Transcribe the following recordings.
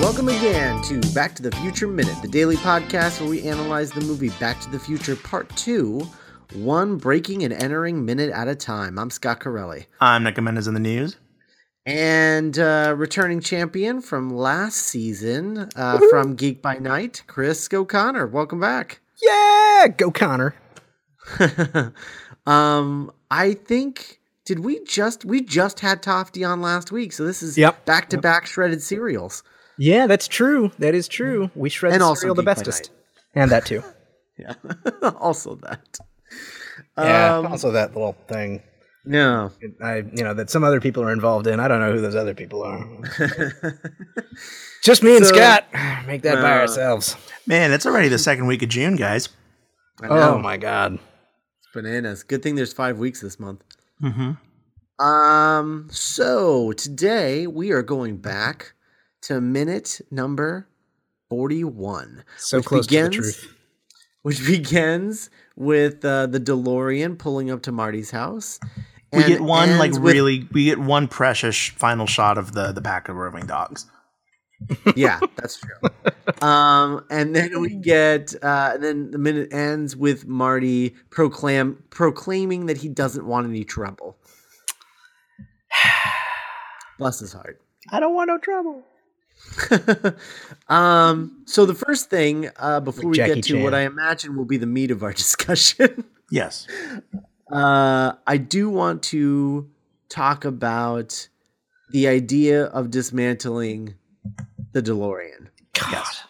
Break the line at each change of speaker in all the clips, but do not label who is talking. Welcome again to Back to the Future Minute, the daily podcast where we analyze the movie Back to the Future Part 2, one breaking and entering minute at a time. I'm Scott Corelli.
I'm Nick Mendez in the news.
And uh, returning champion from last season uh, from Geek by Night, Chris O'Connor. Welcome back.
Yeah, go Connor.
um, I think did we just we just had Tofty on last week, so this is
Yep.
back to back shredded cereals.
Yeah, that's true. That is true. We shred
And
the
also
cereal the
Geek by
bestest, and that too.
Yeah, also that.
yeah,
Um,
also that little thing.
No,
I, you know, that some other people are involved in. I don't know who those other people are. Just me and
So-
Scott make that by
Uh,
ourselves.
Man, that's already the second week of June, guys.
I know.
Oh my god.
Bananas. Good thing there's five weeks this month.
Mm-hmm.
Um, so today we are going back to minute number 41,
So
Which
close
begins-
to the truth.
which begins with uh, the DeLorean pulling up to Marty's house.
We
and
get one like
ends with-
really, we get one precious sh- final shot of the the pack of roving dogs.
yeah, that's true. Um, and then we get, uh, and then the minute ends with Marty proclaim proclaiming that he doesn't want any trouble. Bless his heart.
I don't want no trouble.
um, so the first thing uh, before we
Jackie
get to
Chan.
what I imagine will be the meat of our discussion,
Yes,
uh, I do want to talk about the idea of dismantling the DeLorean.
God.
yes.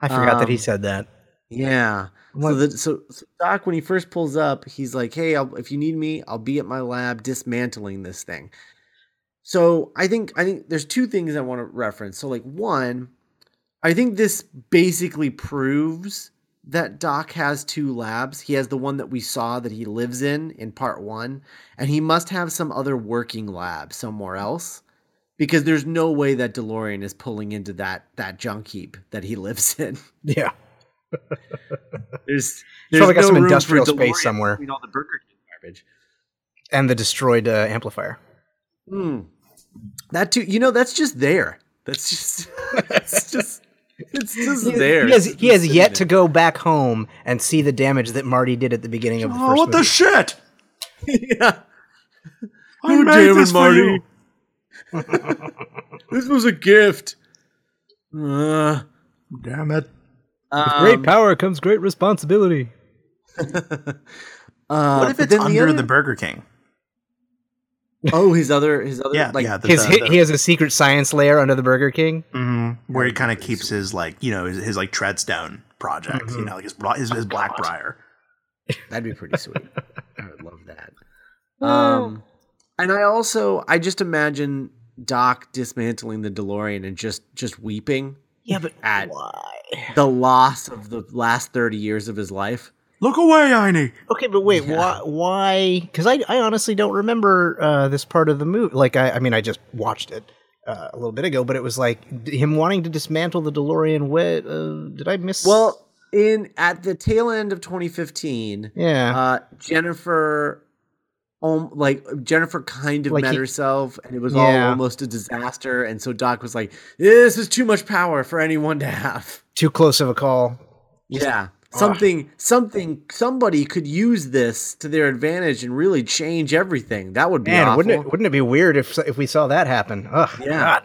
I forgot that he
Um,
said that.
Yeah. So,
What-
the, so, so Doc, when he first pulls up, he's like, "Hey, I'll, if you need me, I'll be at my lab dismantling this thing." So I think I think there's two things I want to reference. So like one, I think this basically proves that Doc has two labs. He has the one that we saw that he lives in in part one, and he must have some other working lab somewhere else because there's no way that DeLorean is pulling into that that junk heap that he lives in.
Yeah.
There's there's
probably got
no
some
room for
industrial space
DeLorean
somewhere.
Between all the Burger King garbage.
And the destroyed uh, amplifier.
Hmm. That too. You know, that's just there. That's just. It's just. It's just
He-
there.
He has,
It's
he
just
has
sitting
yet to
there.
go back home and see the damage that Marty did at the beginning of the
Oh,
first
what the
movie.
shit!
yeah.
I
Oh,
made
damn
this
it,
for
Marty.
you.
This was a gift. Uh,
Damn it!
um,
power comes great responsibility.
uh,
What if
but
it's
then
under the,
other-
Burger King?
oh his other his other
Yeah,
like
yeah. The,
His,
the- the-
he has a secret science lair under the Burger King.
mhm, where he kind of keeps his like you know his, his like treadstone project. You know, like his bla- his, his Blackbriar.
That'd be pretty sweet. I would love that. Um, and I also I just imagine Doc dismantling the DeLorean and just just weeping
Yeah, but
at
Why?
the loss of the last thirty years of his life.
look away, Einie.
Okay, but wait, why? Why? Because I, I honestly don't remember uh, this part of the movie. Like, I, I mean, I just watched it uh, a little bit ago, but it was like d- him wanting to dismantle the DeLorean. What uh, did I miss?
Well, in at the tail end of 2015,
yeah,
uh, Jennifer, um, like Jennifer, kind of
Like
met
he-
herself, and it was
Yeah.
all almost a disaster. And so Doc was like, "This is too much power for anyone to have."
too close of a call.
Yeah. Something, something, somebody could use this to their advantage and really change everything. That would be
Man,
awful.
wouldn't it wouldn't it be weird if if we saw that happen? Ugh,
Yeah.
God.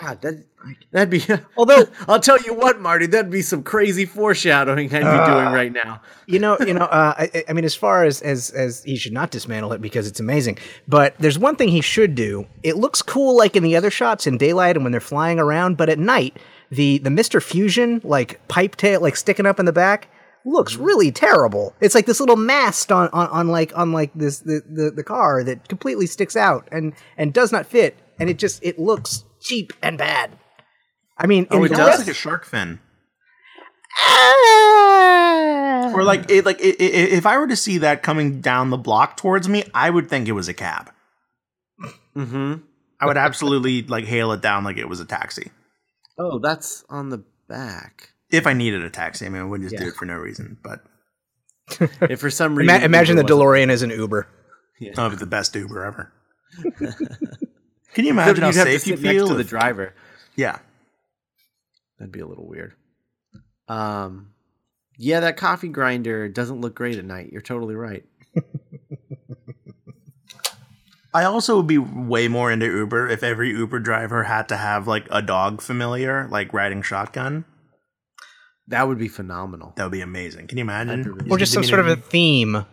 God, that, that'd be.
Although
I'll tell you what, Marty, that'd be some crazy foreshadowing I'd be
Uh.
doing right now.
you know, you know, uh, I, I- I mean, as far as as as he should not dismantle it because it's amazing. But there's one thing he should do. It looks cool, like in the other shots in daylight and when they're flying around, but at night, the the Mister Fusion like pipe tail like sticking up in the back
Mm-hmm.
looks really terrible. It's like this little mast on on, on like on like this the, the the car that completely sticks out and and does not fit, and it just it looks cheap and bad. I mean,
Oh,
in
it
the
does
rest-
like a shark fin.
Ah!
Or like it, like it, it, if I were to see that coming down the block towards me, I would think it was a cab.
hmm
I would absolutely like hail it down like it was a taxi.
Oh, that's on the back.
If I needed a taxi, I mean, I wouldn't just do
Yeah.
it for no reason. But
If for some reason,
Ima- imagine the
Uber wasn't-
DeLorean is an Uber.
that would be the best Uber ever. Can you
Except
imagine how
you'd have to
safe you
sit next
feel?
to the
if-
driver.
yeah,
That'd be a little weird. Um, yeah, that coffee grinder doesn't look great at night. You're totally right.
I also would be way more into Uber if every Uber driver had to have like a dog familiar, like riding shotgun.
That would be phenomenal.
That would be amazing. Can you imagine?
That'd be really
or just some
Give me
sort of
an
a theme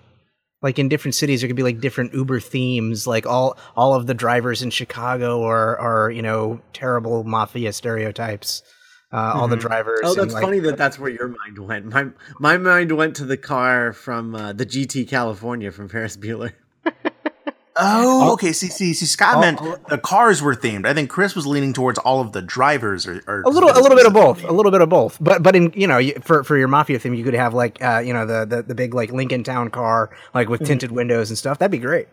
like in different cities there could be like different uber themes like all all of the drivers in chicago are are you know terrible mafia stereotypes uh, all the
Mhm.
drivers
Oh,
and,
that's
like-
funny that that's where your mind went. My my mind went to the car from uh, the GT California from Ferris Bueller.
Oh, okay. See, see, see. Scott
I'll-
meant
I'll-
the cars were themed. I think Chris was leaning towards all of the drivers are, are
a little a little bit of both a little bit of both but but in you know you- for for your mafia theme you could have like uh you know the the, the big like lincoln town car like
Mm-hmm.
with tinted windows and stuff that'd be great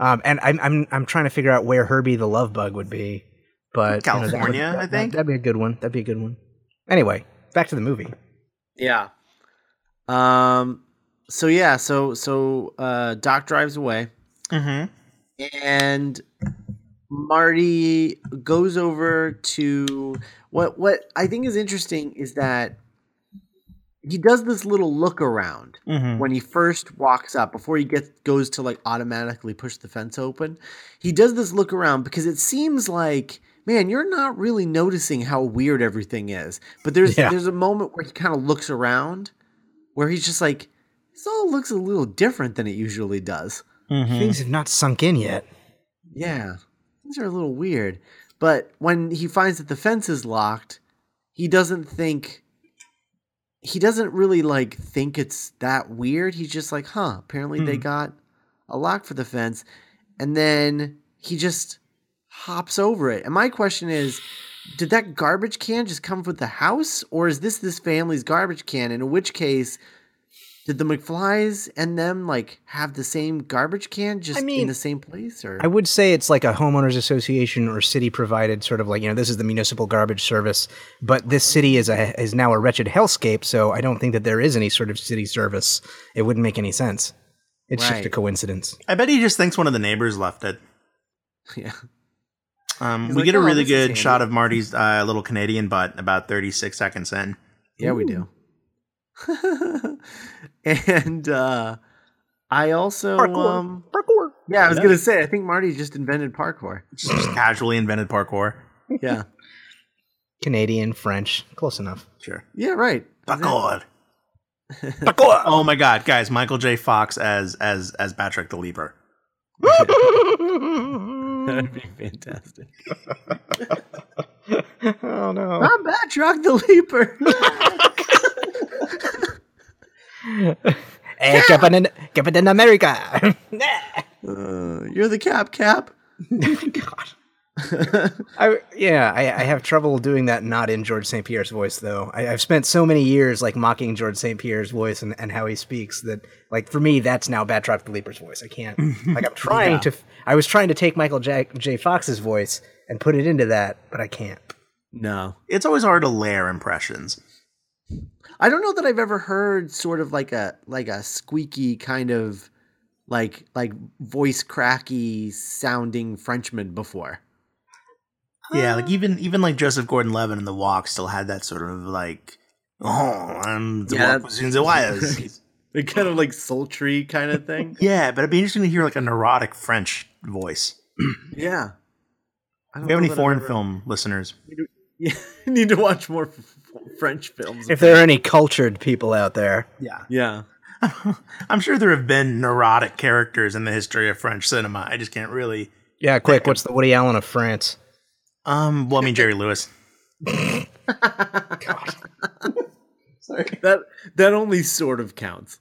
um and i'm i'm, I'm trying to figure out where herbie the love bug would be but you know, that would-
California,
that-
I think.
that'd be a good one that'd be a good one anyway back to the movie
Yeah. Um. So yeah. So so uh, Doc drives away,
Mm-hmm.
and Marty goes over to what what I think is interesting is that he does this little look around
Mm-hmm.
when he first walks up before he gets goes to like automatically push the fence open he does this look around because it seems like man you're not really noticing how weird everything is but there's
Yeah.
there's a moment where he kind of looks around where he's just like this all looks a little different than it usually does
mm-hmm.
things have not sunk in yet
yeah things are a little weird but when he finds that the fence is locked he doesn't think he doesn't really like think it's that weird. He's just like, huh, apparently
Hmm.
they got a lock for the fence. And then he just hops over it. And my question is, did that garbage can just come with the house or is this this family's garbage can? And in which case did the McFlys and them like have the same garbage can just in
mean,
the same place or
I would say it's like a homeowners association or city provided sort of like you know this is the municipal garbage service, but this city is a is now a wretched hellscape. So I don't think that there is any sort of city service. It wouldn't make any sense. It's just a
Right.
coincidence.
I bet he just thinks one of the neighbors left it.
yeah.
Um,
He's
we
like,
get a
"Oh,
really
this is
good
handy."
shot of Marty's uh, little Canadian butt about 36 seconds in.
Yeah, we do. and uh I also um
Parkour.
Yeah, I was gonna say. I think Marty just invented parkour.
Just, just casually invented parkour.
Yeah,
Canadian, French, close enough.
Sure.
yeah, right.
Parkour. parkour. Oh my God, guys! Michael J. Fox as as as Patrick the Leaper.
That'd be fantastic.
Oh no.
I'm Batroc the Leaper.
Hey, Eh, Captain, Captain America.
Uh, you're the Cap Cap.
I yeah, I, I have trouble doing that not in George St. Pierre's voice though. I, I've spent so many years like mocking George St. Pierre's voice and, and how he speaks that like for me that's now Batroc the Leaper's voice. I can't like I'm trying to f- I was trying to take Michael J, J. Fox's voice and put it into that, but I can't.
No,
It's always hard to layer impressions.
I don't know that I've ever heard sort of like a like a squeaky kind of like like voice cracky sounding Frenchman before.
Yeah, like even even like Joseph Gordon-Levitt in The Walk still had that sort of like, oh, I'm the
Yeah,
walk between the wires.
The kind of like sultry kind of thing.
yeah, but it'd be interesting to hear like a neurotic French voice.
yeah. I don't
Do we have
know
any
that I've
foreign
ever-
film listeners?
Yeah, need to watch more f- f- French films.
If there are any cultured people out there,
Yeah,
yeah.
I'm sure there have been neurotic characters in the history of French cinema. I just can't really.
yeah, quick, what's the Woody Allen of France?
Um, well, I mean Jerry Lewis.
that that only sort of counts.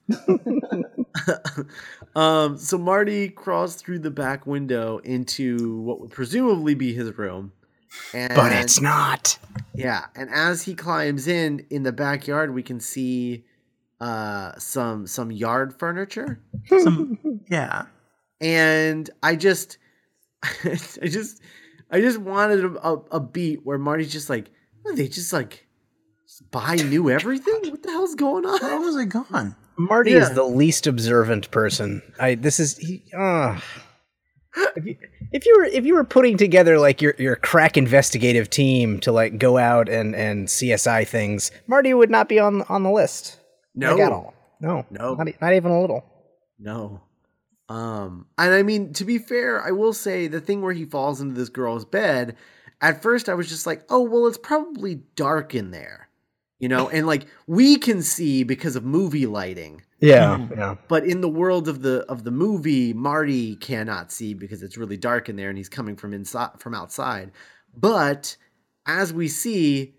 um, so Marty crawls through the back window into what would presumably be his room, and
But it's not.
yeah. And as he climbs in in the backyard, we can see uh, some some yard furniture,
Some, yeah,
and I just I just I just wanted a, a, a beat where Marty's just like "Oh, they just like buy new everything. What the hell's going on?
where was I gone?
Marty
Yeah.
is the least observant person. I this is he. Uh, if you, if you were if you were putting together like your your crack investigative team to like go out and and CSI things, Marty would not be on on the list.
No,
Like, at all. No,
No.
not, e- not even a little.
No. Um, and I mean, to be fair, I will say the thing where he falls into this girl's bed, at first I was just like, oh, well, it's probably dark in there, you know, and like we can see because of movie lighting,
Yeah, yeah.
but in the world of the of the movie, Marty cannot see because it's really dark in there and he's coming from inside from outside. But as we see,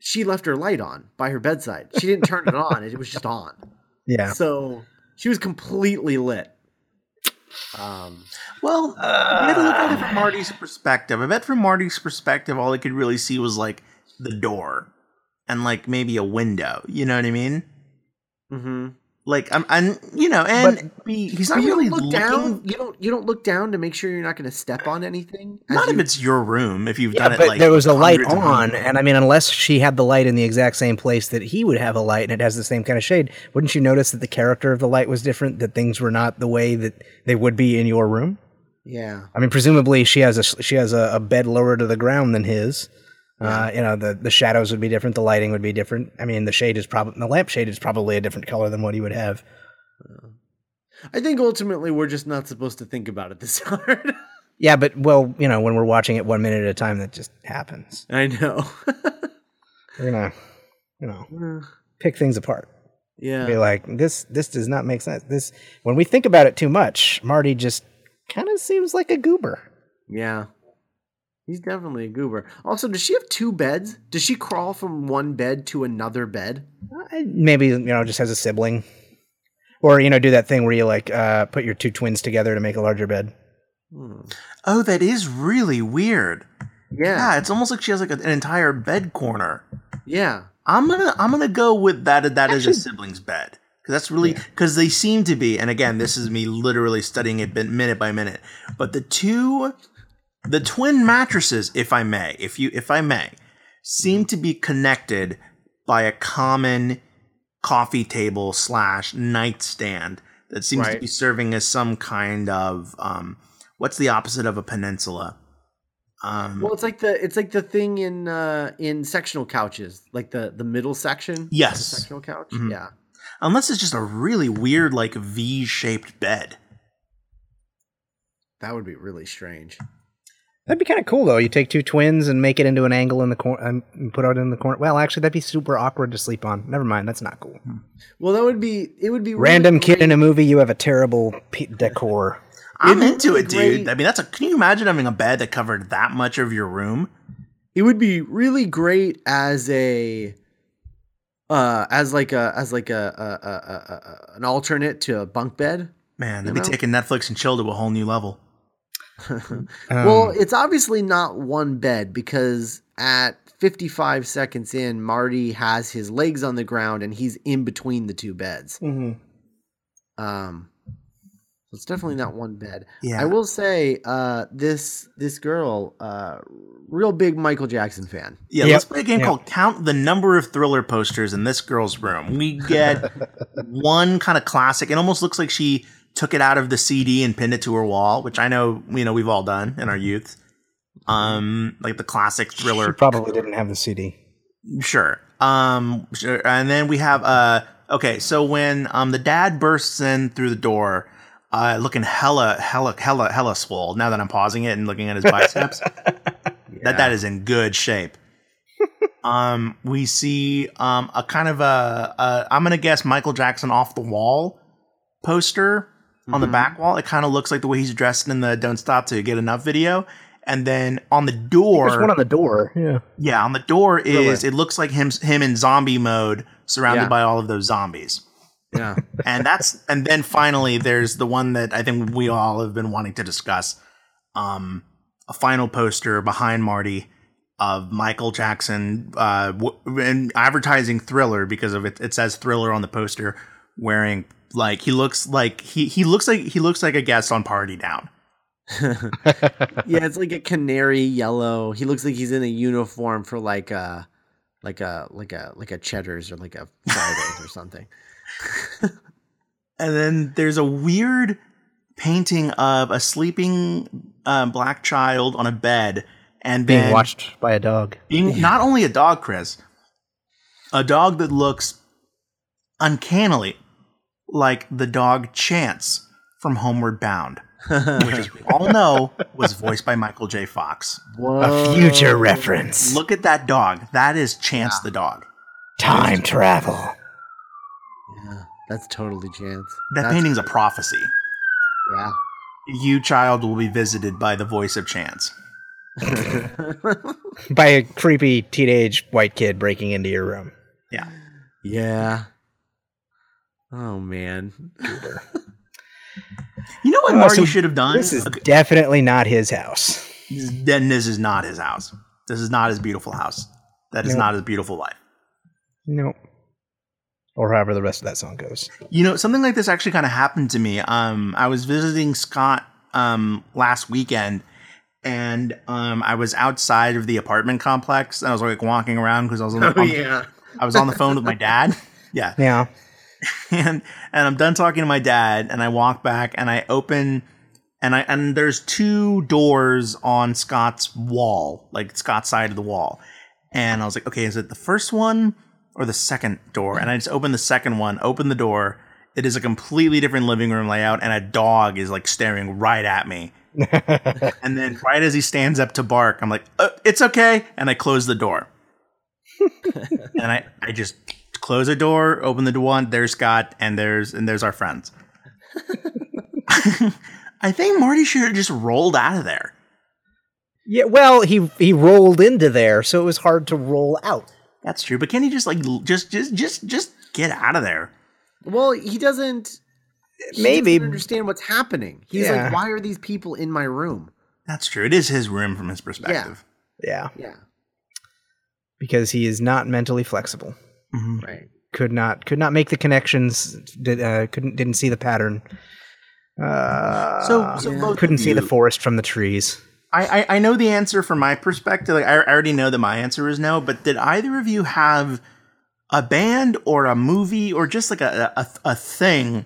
she left her light on by her bedside. She didn't turn it on, it was just on.
Yeah.
So she was completely lit. Um,
Well, we had to look at it from Marty's perspective. I bet from Marty's perspective, all he could really see was like the door and like maybe a window. You know what I mean?
mhm.
Like I'm, and you know, and be- he's not
But you
really
don't
looking.
look down. You don't. You don't look down to make sure you're not going to step on anything. as
Not
you-
if it's your room. If you've
Yeah,
done
but
it, like
there was a light
hundreds of
on,
times.
and I mean, unless she had the light in the exact same place that he would have a light, and it has the same kind of shade, wouldn't you notice that the character of the light was different? That things were not the way that they would be in your room.
yeah.
I mean, presumably she has a she has a, a bed lower to the ground than his. Uh, you know, the the shadows would be different, the lighting would be different. I mean, the shade is probably the lamp shade is probably a different color than what he would have.
I think ultimately we're just not supposed to think about it this hard.
Yeah, but well, you know, when we're watching it one minute at a time, that just happens.
I know.
We're gonna, you know,
Uh,
pick things apart. Be
yeah.
like, this this does not make sense. This when we think about it too much, Marty just kind of seems like a goober.
Yeah. He's definitely a goober. Also, does she have two beds? Does she crawl from one bed to another bed?
Uh, maybe you know just has a sibling or you know do that thing where you like uh, put your two twins together to make a larger bed
Hmm.
Oh, that is really weird.
Yeah.
Yeah, it's almost like she has like an entire bed corner.
Yeah.
I'm gonna I'm gonna go with that. That is
Actually-
a sibling's bed because that's really because they seem to be. And again, this is me literally studying it bit- minute by minute. But the two, the twin mattresses, if I may, if you if I may,
Mm-hmm.
seem to be connected by a common coffee table slash nightstand that seems
Right.
to be serving as some kind of um, what's the opposite of a peninsula? Um,
Well, it's like the it's like the thing in uh in sectional couches, like the the middle section.
Yes.
the sectional couch.
Mm-hmm.
Mhm.
Yeah,
unless it's just a really weird like V-shaped bed.
that would be really strange.
that'd be kind of cool though you take two twins and make it into an angle in the corner um, and put it in the corner well actually that'd be super awkward to sleep on never mind that's not cool
Well, that would be it. Would be really
random kid
great-
in a movie you have a terrible p- decor
I'm
It
into
would
it,
be
dude.
great-
I mean, that's a. Can you imagine having a bed that covered that much of your room?
It would be really great as a uh as like a as like a, a, a, a, a an alternate to a bunk bed.
Man,
You
they'd be
know?
taking Netflix and chill to a whole new level.
Um,
well, it's obviously not one bed because at 55 seconds in, Marty has his legs on the ground and he's in between the two beds.
mhm.
Um, so it's definitely not one bed.
Yeah,
I will say, uh, this this girl, uh, real big Michael Jackson fan.
yeah.
Yep.
Let's play a game
Yep.
called Count the Number of Thriller Posters in this girl's room. We get one kind of classic. It almost looks like she took it out of the CD and pinned it to her wall, which I know you know we've all done in our youth. Um, like the classic thriller.
she probably didn't have the cd
Sure. Um. Sure. And then we have uh. Okay. So when um the dad bursts in through the door, uh, looking hella hella hella hella swole. Now that I'm pausing it and looking at his biceps, that that is in good shape. um. We see um a kind of a, a I'm gonna guess Michael Jackson off the wall poster on the
Mhm.
back wall. It kind of looks like the way he's dressed in the "Don't Stop to Get Enough" video. And then on the door,
there's one on the door yeah
yeah, on the door
Thriller.
is it looks like him him in zombie mode, surrounded
Yeah.
by all of those zombies.
Yeah.
And that's and then finally there's the one that I think we all have been wanting to discuss. Um a final poster behind Marty of Michael Jackson uh w- in advertising Thriller because of it it says Thriller on the poster wearing like he looks like he he looks like he looks like a guest on Party Down.
yeah, it's like a canary yellow. He looks like he's in a uniform for like a like a like a like a Cheddar's or like a Fridays or something.
And then there's a weird painting of a sleeping uh, black child on a bed and
being
then
watched by a dog.
being not only a dog, Chris, a dog that looks uncannily like the dog Chance from Homeward Bound, which, as we all know, was voiced by Michael J. Fox.
Uh,
Whoa.
reference.
Look at that dog. That is Chance the dog.
Time travel.
Yeah, that's totally chance.
That
That's-
painting's a prophecy.
Yeah.
You, child, will be visited by the voice of Chance.
By a creepy teenage white kid breaking into your room.
Yeah. Oh man.
You know what
Oh,
Marty
so
should have done?
This is
Okay,
definitely not his house.
then this is not his house. This is not his beautiful house. That is
No.
not his beautiful life.
Nope. Or however the rest of that song goes.
You know, something like this actually kind of happened to me. Um, I was visiting Scott um, last weekend, and um, I was outside of the apartment complex, and I was like walking around because I was on the, on the-
Oh, yeah.
I was on the phone with my dad. Yeah,
Yeah.
and and I'm done talking to my dad, and I walk back, and I open, and I and there's two doors on Scott's wall, like Scott's side of the wall, and I was like, okay, is it the first one or the second door? And I just open the second one, open the door. It is a completely different living room layout, and a dog is like staring right at me. and then, right as he stands up to bark, I'm like, uh, "It's okay," and I close the door. and I, I just close the door, open the one. There's Scott, and there's and there's our friends. I think Marty should have just rolled out of there.
Yeah, well, he he rolled into there, so it was hard to roll out.
That's true, but can he just like l- just just just just get out of there?
Well, he doesn't he
Maybe.
doesn't understand what's happening. He's
Yeah.
like, why are these people in my room?
That's true. It is his room from his perspective.
Yeah,
Yeah.
because he is not mentally flexible.
Mhm.
Right.
Could not could not make the connections. Did uh, couldn't didn't see the pattern. Uh,
So, so
Yeah.
both
couldn't
of
see the
you-
forest from the trees.
I, I I know the answer from my perspective. Like I, I already know that my answer is no. But did either of you have a band or a movie or just like a a, a thing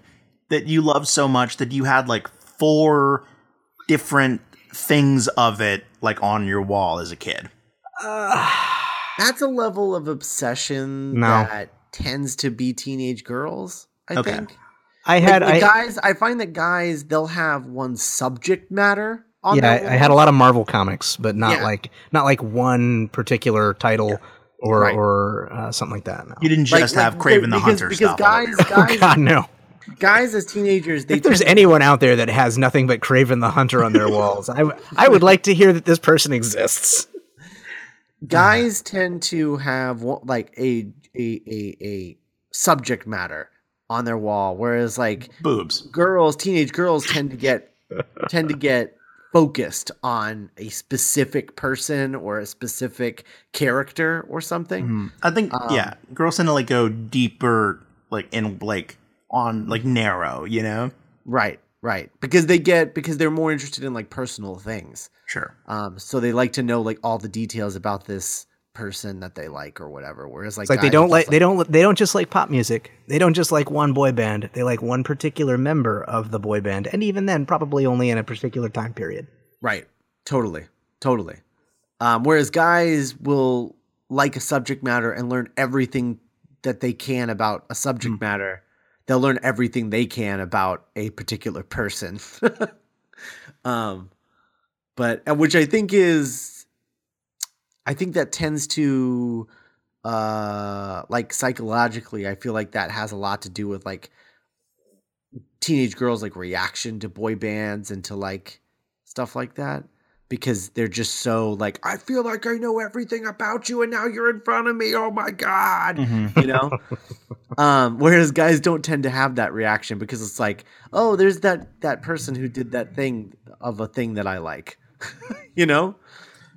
that you loved so much that you had like four different things of it like on your wall as a kid?
Uh, That's a level of obsession
No.
that tends to be teenage girls, I
Okay.
think.
I
Like,
had
the
I,
guys, I find that guys, they'll have one subject matter on
yeah,
their
I, I had a
wall.
lot of Marvel comics, but not
Yeah.
like not like one particular title or
Right.
or uh, something like that. No.
You didn't
Like-
just
like,
have Craven the
because-
Hunter
because
stuff. all over
guys, guys,
your-
oh God, no.
guys as teenagers, they
if there's
tend-
anyone out there that has nothing but Craven the Hunter on their walls, I, w- I would like to hear that this person exists.
guys tend to have wa- like a a a, a subject matter on their wall, whereas like
boobs.
girls, teenage girls tend to get tend to get focused on a specific person or a specific character or something.
Mm-hmm.
Mhm. I think
Um,
yeah, girls tend to like go deeper, like in like on like narrow. You know,
Right, right. Because they get because they're more interested in like personal things.
sure.
Um, so they like to know like all the details about this person that they like or whatever. Whereas like,
It's like they
guys
don't
just
like they don't they don't just like pop music. They don't just like one boy band. They like one particular member of the boy band, and even then, probably only in a particular time period.
Right. Totally. Totally. Um, whereas guys will like a subject matter and learn everything that they can about a subject matter. They'll learn everything they can about a particular person. um, but uh, which I think is, I think that tends to, uh, like psychologically, I feel like that has a lot to do with like teenage girls' like reaction to boy bands and to like stuff like that because they're just so like I feel like I know everything about you and now you're in front of me. Oh my god.
Mhm.
You know? um whereas guys don't tend to have that reaction because it's like, "Oh, there's that that person who did that thing of a thing that I like." you know?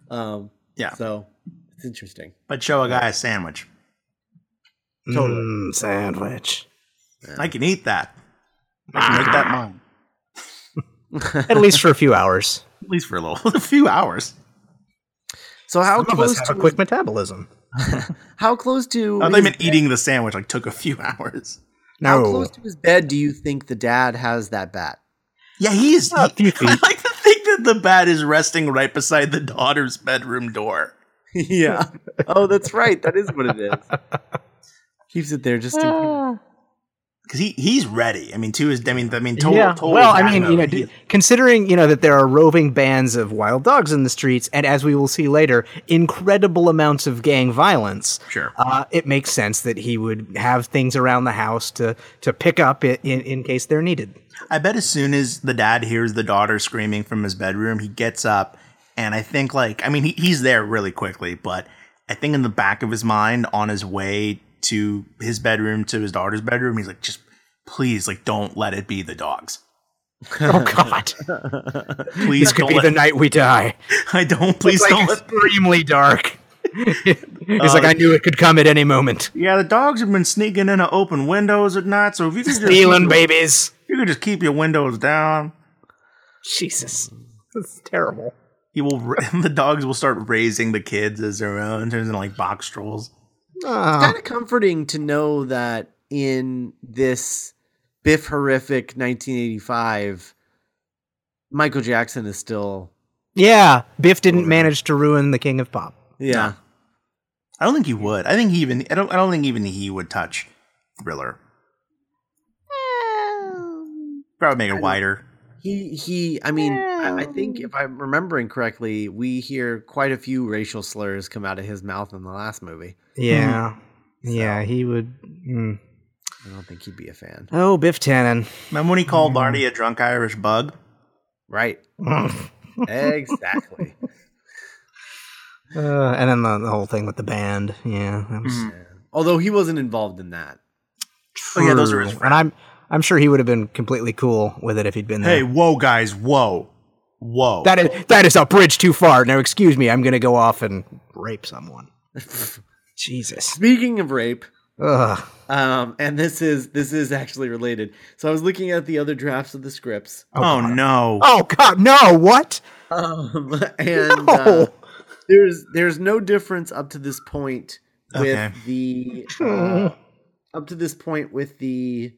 Um
Yeah.
So, it's interesting.
But show a guy a sandwich.
Totally.
Mm, sandwich.
I can eat that. I can make
Ah.
that mine.
At least for a few hours.
At least for a little, a few hours.
So how
Some of us
close
have
to
a quick metabolism.
how close to
I
his-
meant eating the sandwich like took a few hours.
how
No,
close to his bed do you think the dad has that bat?
Yeah, he's.
A few
I
feet.
like to think that the bat is resting right beside the daughter's bedroom door.
yeah. Oh, that's right. That is what it is. Keeps it there just in case.
Because he, he's ready. I mean, two is. I mean, I mean, total.
yeah.
total
well, I
cat
mean, you
mode.
know,
He-
d- considering you know that there are roving bands of wild dogs in the streets, and as we will see later, incredible amounts of gang violence.
Sure.
uh, it makes sense that he would have things around the house to to pick up in, in, in case they're needed.
I bet as soon as the dad hears the daughter screaming from his bedroom, he gets up, and I think like I mean he, he's there really quickly, but I think in the back of his mind, on his way to his bedroom to his daughter's bedroom, he's like, just please, like don't let it be the dogs.
Oh God!
Please
this could
don't
be
let,
the night we die.
I don't. Please
It's
don't.
like
Let, Uh,
extremely dark. it's like I knew it could come at any moment.
yeah, the dogs have been sneaking in at open windows at night, so if you could just
Stealing babies.
you could just keep your windows down.
Jesus, this is terrible.
He will. ra- The dogs will start raising the kids as their own, turns into like box trolls.
Ah.
Kind of comforting to know that in this Biff horrific 1985, Michael Jackson is still.
Yeah, Biff didn't manage to ruin the King of Pop.
Yeah.
I don't think he would. I think he even. I don't. I don't think even he would touch Thriller. Probably make it wider.
He he. I mean, I, I think if I'm remembering correctly, we hear quite a few racial slurs come out of his mouth in the last movie.
Yeah, yeah, he would. mm.
I don't think he'd be a fan.
Oh, Biff Tannen.
Remember when he called Marty a drunk Irish bug?
Right.
Ugh.
Exactly.
Uh, and then the, the whole thing with the band. Yeah, that was
Although he wasn't involved in that.
Oh, yeah, those are his
true. And I'm I'm sure he would have been completely cool with it if he'd been there.
Hey, whoa, guys, whoa, whoa.
That is that is a bridge too far. Now, excuse me, I'm going to go off and rape someone. Jesus.
Speaking of rape,
Ugh.
um, and this is this is actually related. So I was looking at the other drafts of the scripts,
oh no.
Oh God, no! What?
um, and uh,
No.
there's there's no difference up to this point with
Okay.
the uh, up to this point with the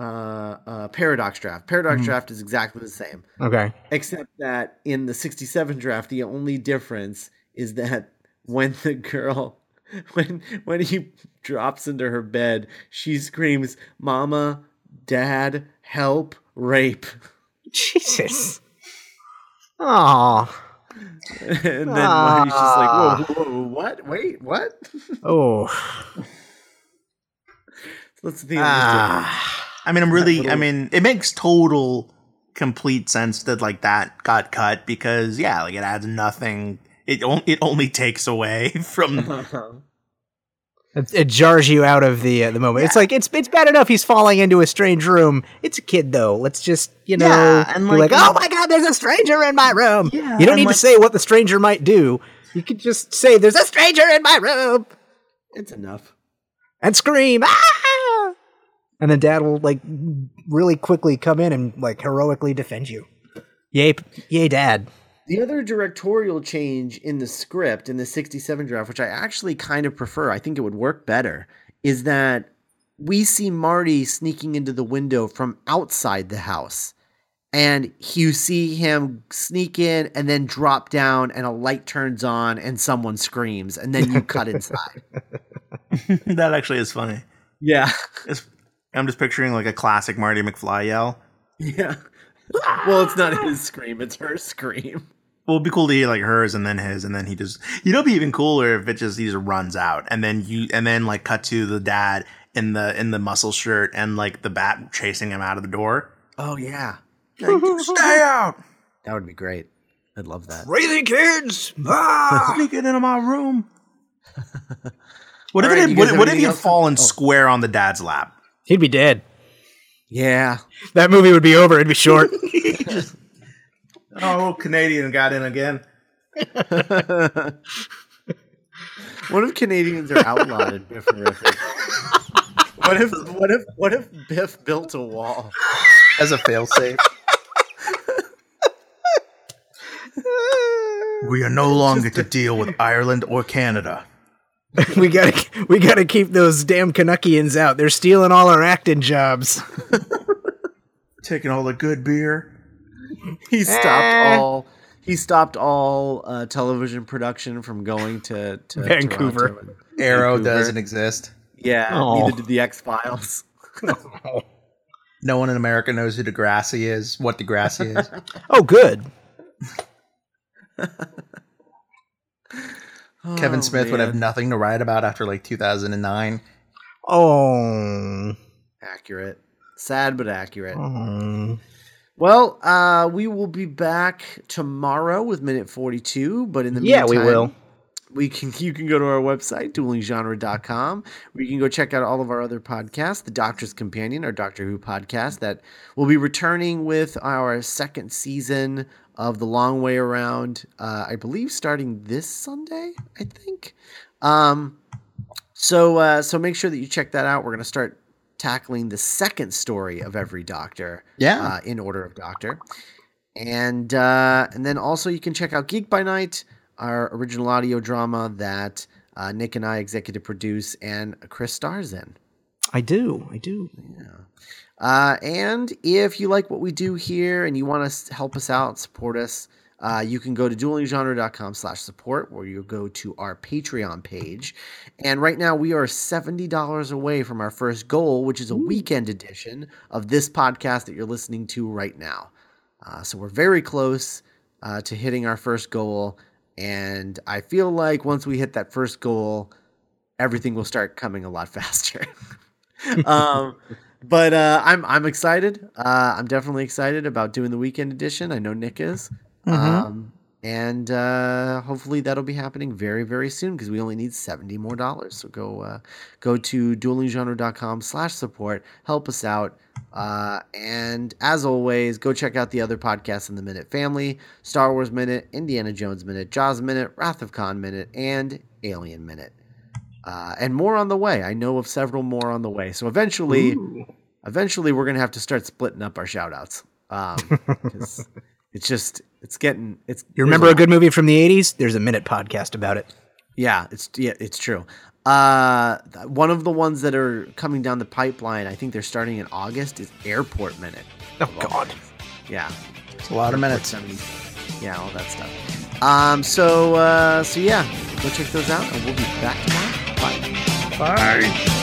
uh, uh, paradox draft. Paradox draft is exactly the same.
Okay.
Except that in the 67 draft, the only difference is that when the girl, when when he drops into her bed, she screams, "Mama, Dad, help, rape!"
Jesus. Oh.
and then Marty's just like, whoa, whoa, whoa, what? Wait, what?"
Oh.
That's the thing.
Ah.
I mean, I'm really. I mean, it makes total, complete sense that like that got cut because yeah, like it adds nothing. It on, it only takes away from.
Ah.
It, it jars you out of the uh, the moment. It's like it's it's bad enough he's falling into a strange room. It's a kid though. Let's just you know
Yeah, and
be
like-
like, oh my god, there's a stranger in my room.
Yeah,
you don't
and
need
like-
to say what the stranger might do. You could just say there's a stranger in my room
it's enough.
and scream ah. And then dad will like really quickly come in and like heroically defend you. Yay, p- yay, dad.
The other directorial change in the script in the 67 draft, which I actually kind of prefer, I think it would work better, is that we see Marty sneaking into the window from outside the house. And you see him sneak in and then drop down, and a light turns on, and someone screams, and then you cut inside.
that actually is funny.
Yeah.
It's, I'm just picturing like a classic Marty McFly yell.
Yeah. Well, it's not his scream, it's her scream.
Well, it'd be cool to hear like hers and then his, and then he just. You know, it'd be even cooler if it just he just runs out, and then you, and then like cut to the dad in the in the muscle shirt and like the bat chasing him out of the door.
Oh, yeah.
Like, Stay out!
That would be great. I'd love that.
Crazy kids. Ah!
Let me get into my room. What if
All right,
it,
you
had-
guys
what,
have
what if
anything
he had
else?
fallen square on the dad's lap?
He'd be dead.
Yeah.
That movie would be over. It'd be short.
Oh, Canadian got in again.
What if Canadians are outlawed in Biff Horrific? What if what if what if Biff built a wall?
as a failsafe. we are no longer to deal with Ireland or Canada.
we gotta we gotta keep those damn Canuckians out. They're stealing all our acting jobs.
taking all the good beer.
He stopped
Eh.
all. He stopped all uh, television production from going to, to
Vancouver.
Toronto.
Arrow
Vancouver.
doesn't exist.
Yeah,
Aw.
neither did the X Files.
No one in America knows who Degrassi is, what Degrassi is.
Oh, good.
Oh,
Kevin Smith would have nothing to write about after like 2009.
Oh.
accurate. Sad but accurate.
oh.
Well, uh, we will be back tomorrow with minute forty-two. But in the
Yeah, we
meantime,
will.
we can you can go to our website duelinggenre.com where you can go check out all of our other podcasts the doctor's companion our doctor who podcast that will be returning with our second season of the long way around uh, i believe starting this sunday i think um, so uh, so make sure that you check that out we're going to start tackling the second story of every doctor
Yeah.
uh, in order of doctor and uh, and then also you can check out Geek by Night, our original audio drama that uh, Nick and I executive produce and Chris stars in.
I do. I do.
Uh, and if you like what we do here and you want to help us out, support us, uh, you can go to duelinggenre.com slash support where you go to our Patreon page. And right now we are $70 away from our first goal, which is a weekend edition of this podcast that you're listening to right now. Uh, so we're very close uh, to hitting our first goal. And I feel like once we hit that first goal, everything will start coming a lot faster. um, but uh, I'm I'm excited. Uh, I'm definitely excited about doing the weekend edition. I know Nick is. Um, and uh, hopefully that'll be happening very very soon because we only need seventy more dollars. So go uh, go to duelinggenre.com/support. Help us out. Uh, and as always, go check out the other podcasts in the Minute family: Star Wars Minute, Indiana Jones Minute, Jaws Minute, Wrath of Khan Minute, and Alien Minute. Uh, and more on the way. I know of several more on the way. So eventually, eventually we're gonna have to start splitting up our shout outs. Um, 'cause it's just it's getting it's
You remember a good movie from the 80s? There's a minute podcast about it.
yeah, it's yeah, it's true. Uh, th- one of the ones that are coming down the pipeline, I think they're starting in August, is Airport Minute.
Oh, God.
Yeah,
It's a lot of minutes.
yeah, all that stuff. Um, so uh, so yeah, go check those out, and we'll be back tomorrow. Bye.
Bye.